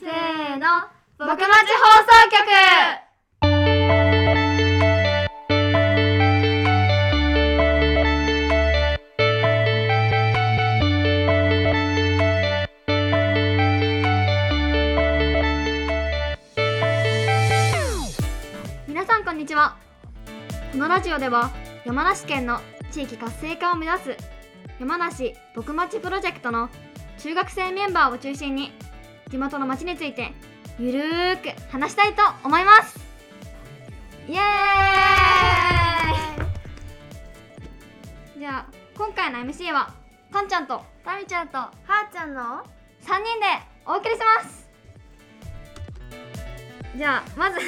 ーの僕町放送局皆さんこんにちはこのラジオでは山梨県の地域活性化を目指す山梨僕町プロジェクトの中学生メンバーを中心に地元の町についてゆるーく話したいと思いますイエーイじゃあ今回の MC はかんちゃんとタミちゃんとはーちゃんの3人でお送りしますじゃあまず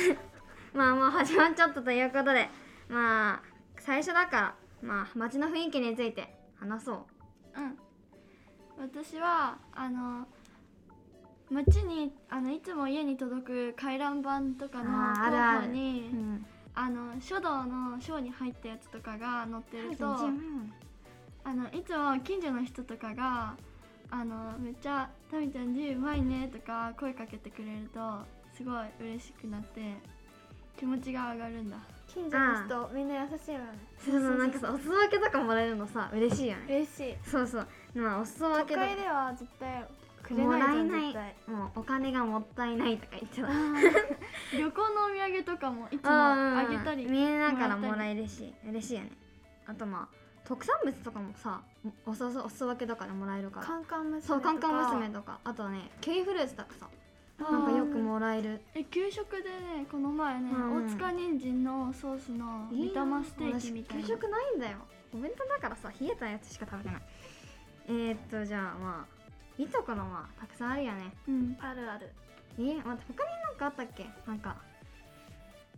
まあもう始まっちゃったということでまあ最初だからまあ街の雰囲気について話そううん私はあの街にあのいつも家に届く回覧板とかのあーあるある広報にんあの書道の章に入ったやつとかが載ってるとあのいつも近所の人とかがあのめっちゃ「タミちゃん字うまいね」とか声かけてくれるとすごい嬉しくなって気持ちが上がる んだ近所の人みんな優しいよねそうそうなんかさお裾分けとかもらえるのさ嬉しいよね嬉しいそうそうまあお裾分都けとか会では絶対くれもないじらゃえんない絶対もうお金がもったいないとか言ってた 旅行のお土産とかもいつもうんあげたりみんなからももららえるし嬉しいよねあとまあ特産物とかもさおすお裾分けとかでもらえるからカンカン娘とかそうカンカン娘とかあとねキウイフルーツとかさなんかよくもらえるえ給食でねこの前ね、うん大塚人参のソースの煮玉ステーキみたいな私給食ないんだよお弁当だからさ冷えたやつしか食べてないえー、っとじゃあまあいいところはたくさんあるよねうんあるあるえー、待って他になんかあったっけなんか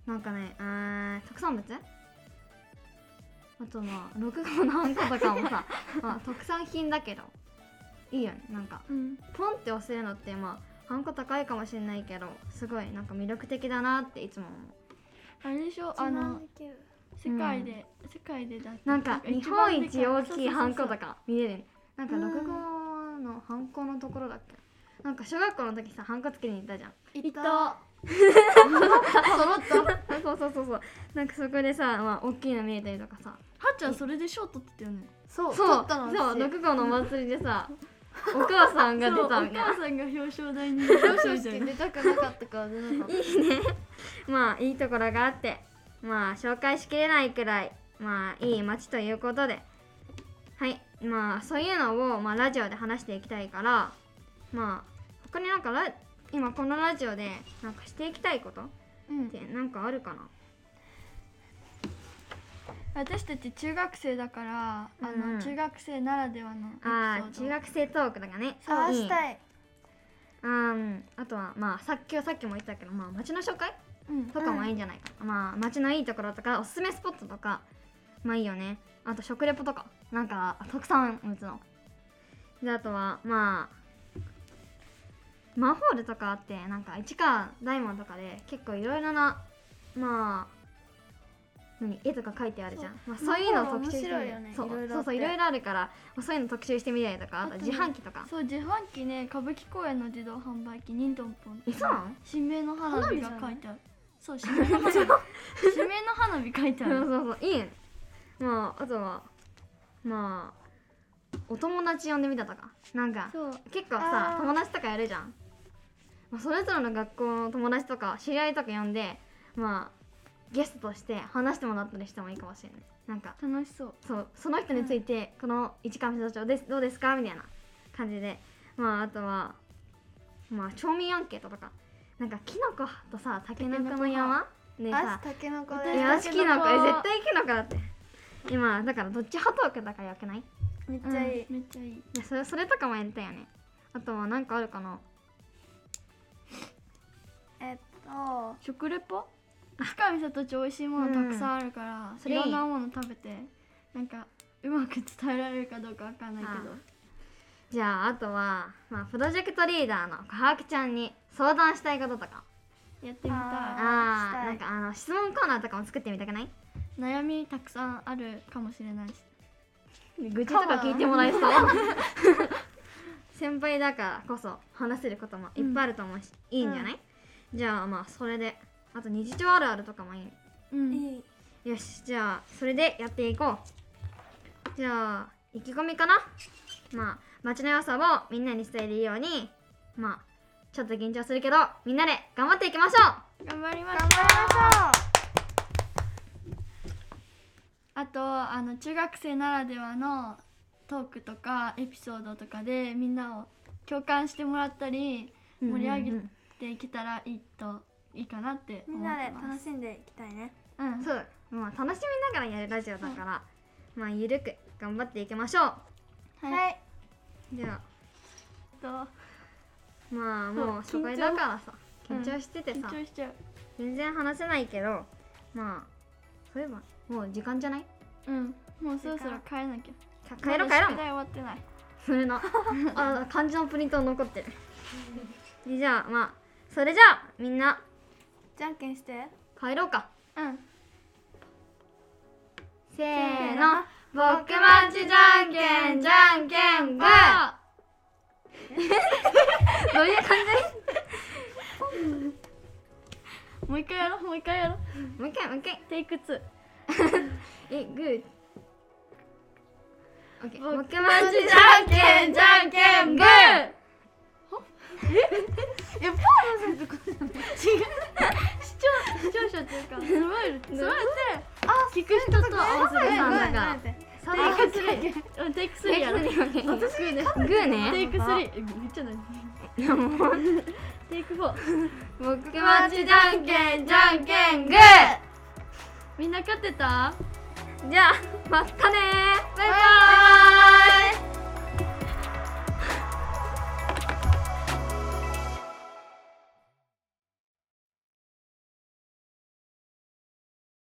なんかねあー特産物あとまあ六号のあんことかも さまあ特産品だけどいいよねなんかうんポンって押せるのってまああんこ高いかもしれないけどすごいなんか魅力的だなっていつも思あれでしょああのの世界で、世界でだってうなんか日本一大きいハンコとかか見れるなんかうん六号のハンコのところだっけなんか小学校の時さハンコつけに行ったじゃんいた揃った そうそうそうそうなんかそこでさ、まあ、大きいの見えたりとかさはっちゃんそれで賞取ってたよねそうそう撮ったのそう私六号のお祭りでさお母さんが出そうおたみたい母なさんが表彰 台に表彰式出たくなかったから出なかっまあいいところがあってまあ紹介しきれないくらいまあいい街ということではいまあそういうのを、まあ、ラジオで話していきたいからまあ他になんかラ今このラジオでなんかしていきたいことっうんてなんかあるかな私たち中学生だから、あうんの中学生ならではのエピソーあドー中学生トークだからねたああいいしたいあーうんあとはまあさっきさっきも言ったけどまあ街の紹介うんとかもいいんじゃないかな、まあ街のいいところとかおすすめスポットとかまあいいよねあと食レポとかなんか特産物のであとはまあマンホールとかあってなんか市川大門とかで結構いろいろなまあ何絵とか書いてあるじゃんそう,、まあ、そういうのを特集してみマるンホール面白いよねそういろいろあってそうそういろいろあるからまあそういうの特集してみたりとかあとあとね自販機とかそう自販機ね歌舞伎公演の自動販売機ニントンポンえそうなの新名の花火が花火じゃ書ないいてあるそう新名の 花火新芽の花火書いてあそうそるうそういいねまああとはまあお友達呼んでみたとかなんかそう結構さあー友達とかやるじゃん、まあ、それぞれの学校の友達とか知り合いとか呼んでまあゲストとして話してもらったりしてもいいかもしれないなんか楽しそうそうその人について、この市上社長ですどうですかみたいな感じでまああとはまあ町民アンケートとかなんかキノコとさタケノコの山であさたけのこいでや私好たきちのな子子え絶対好きな子だって今だからどっち派トークだからよくないいめっちゃいいうんめっちゃいいやそれそれとかもやったよねあとはなんかあるかなえっと食レポ市川美里町美味しいものたくさんあるから、そいれいいろんなもの食べてなんかうまく伝えられるかどうかわかんないけあどじゃああとは、まあ、プロジェクトリーダーの琥珀ちゃんに相談したいこととかやってみたああーしたいなんかあの質問コーナーとかも作ってみたくないい悩みたくさんあるかもしれないし 愚痴とか聞いてもらえそう先輩だからこそ話せることもいっぱいあると思うし、いいんじゃない、じゃあまあそれであと日常あるあるとかもいいうんいいよしじゃあそれでやっていこうじゃあ意気込みかなまあ街の良さをみんなに伝えるようにまあちょっと緊張するけどみんなで頑張っていきましょう頑張りましょ頑う張あとあの中学生ならではのトークとかエピソードとかでみんなを共感してもらったり盛り上げていけたらいいといいかなってり思ましょうっみてます。んなで楽しんでいきたいねうんそうだまあ楽しみながらやるラジオだから、まあゆるく頑張っていきましょはい。いうじゃあとまあもう初そう回だからさ緊緊張張してて緊さ、張しちゃう。全然話せないけどまあそういえばもう時間じゃないうん。もうそろそろ帰らなきゃ。か帰ろう帰ろまだ宿題う終わってない。それな あ漢字のプリント残ってるでじゃあまあそれじゃあみんなじゃんけんして帰ろうかうん。せーーのの僕マンチじゃんけんじゃんけんグ ーどういう感もう一回やろう。もう一回やろう。じもう一回もう一回テイクツー。えグーオッケー僕僕マンチじゃゃんけんじゃんけんグー。え？ え、ポーズすることじゃない。違う。視聴視聴者っていうか、スマイル。そうやって聞く人と合わせそうるいうことさ。なんだグーんテイなクスリー。うんテイクスリーやろ。私グーテイねクスリー。えめっちゃない。 いやもうテイクフォー。僕ママンンチチじじゃゃんんけけんんじじゃゃんんけけんんググみんな勝ってた？ ーじゃあまたねーバイバーイ